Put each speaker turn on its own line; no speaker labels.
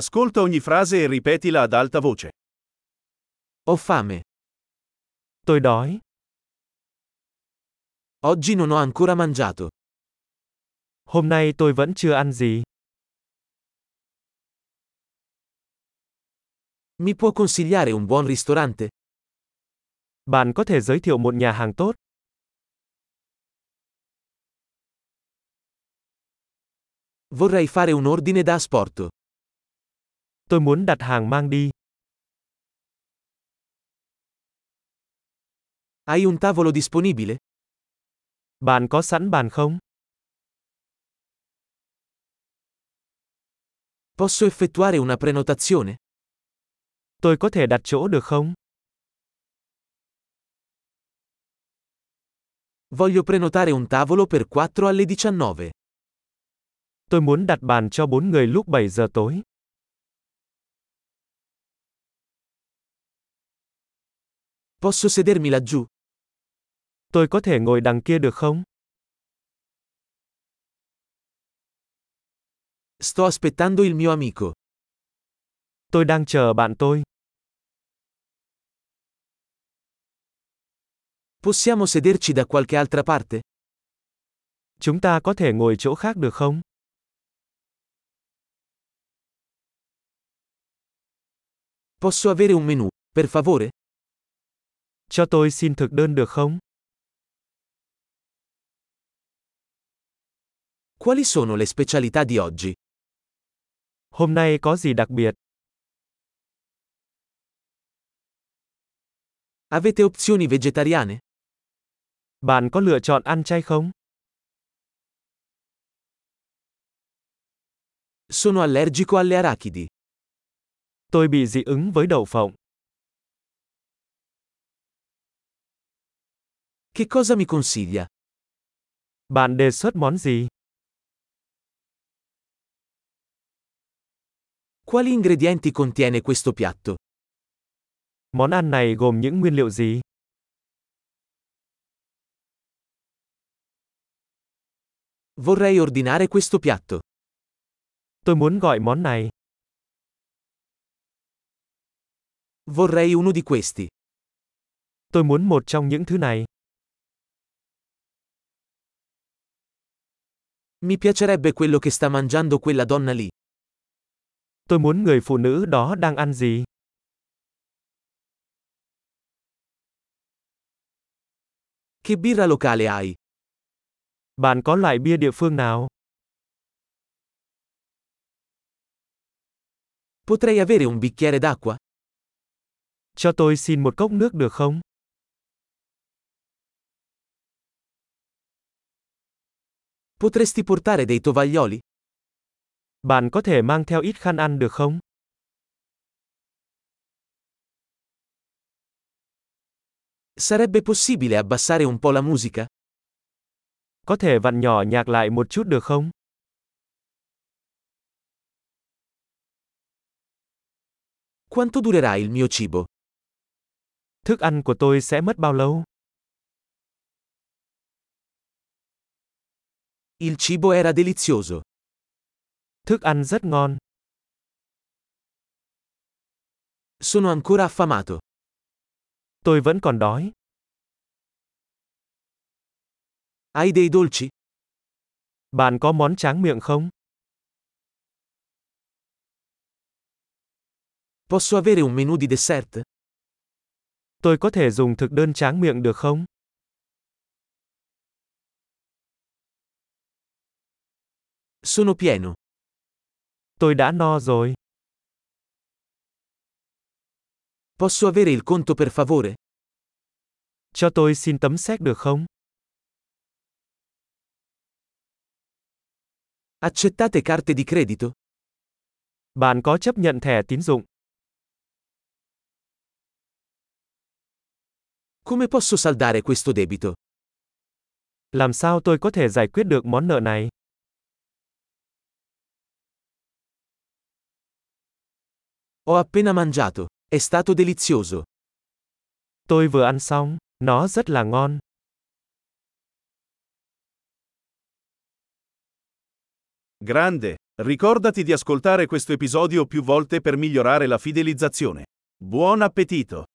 Ascolta ogni frase e ripetila ad alta voce.
Ho fame.
Tôi đói.
Oggi non ho ancora mangiato.
Hôm nay tôi vẫn chưa ăn gì.
Mi può consigliare un buon ristorante?
Bạn có thể giới thiệu một nhà hàng tốt.
Vorrei fare un ordine da asporto.
Tôi muốn đặt hàng mang đi.
Hai un tavolo disponibile?
Bạn có sẵn bàn không?
Posso effettuare una prenotazione?
Tôi có thể đặt chỗ được không?
Voglio prenotare un tavolo per 4 alle 19.
Tôi muốn đặt bàn cho 4 người lúc 7 giờ tối.
Posso sedermi laggiù?
Tôi có thể ngồi đằng kia được không?
Sto aspettando il mio amico.
Tôi đang chờ bạn tôi.
Possiamo sederci da qualche altra parte?
Chúng ta có thể ngồi chỗ khác được không?
Posso avere un menù, per favore?
Cho tôi xin thực đơn được không?
Quali sono le specialità di oggi?
Hôm nay có gì đặc biệt?
Avete opzioni vegetariane?
Bạn có lựa chọn ăn chay không?
Sono allergico alle arachidi.
Tôi bị dị ứng với đậu phộng.
Che cosa mi consiglia?
Bạn đề xuất món gì?
Quali ingredienti contiene questo piatto?
Món ăn này gồm những nguyên liệu gì?
Vorrei ordinare questo piatto.
Tôi muốn gọi món này.
Vorrei uno di questi.
Tôi muốn một trong những thứ này.
Mi piacerebbe quello che sta mangiando quella donna lì.
Tôi muốn người phụ nữ đó đang ăn gì?
Che birra locale hai?
Bạn có loại bia địa phương nào?
Potrei avere un bicchiere d'acqua?
Cho tôi xin một cốc nước được không?
Potresti portare dei tovaglioli?
Bạn có thể mang theo ít khăn ăn được không?
Sarebbe possibile abbassare un po' la musica?
Có thể vặn nhỏ nhạc lại một chút được không?
Quanto durerà il mio cibo?
Thức ăn của tôi sẽ mất bao lâu?
Il cibo era delizioso.
Thức ăn rất ngon.
Sono ancora affamato.
Tôi vẫn còn đói.
Hai dei dolci?
Bạn có món tráng miệng không?
Posso avere un menù di dessert?
Tôi có thể dùng thực đơn tráng miệng được không?
Sono pieno.
Tôi đã no rồi.
Posso avere il conto per favore?
Cho tôi xin tấm séc được không?
Accettate carte di credito?
Bạn có chấp nhận thẻ tín dụng?
Come posso saldare questo debito?
Làm sao tôi có thể giải quyết được món nợ này?
Ho appena mangiato. È stato delizioso.
Tôi vừa ăn xong, nó rất là ngon.
Grande,
Ricordati di ascoltare questo episodio più volte per migliorare la fidelizzazione. Buon appetito!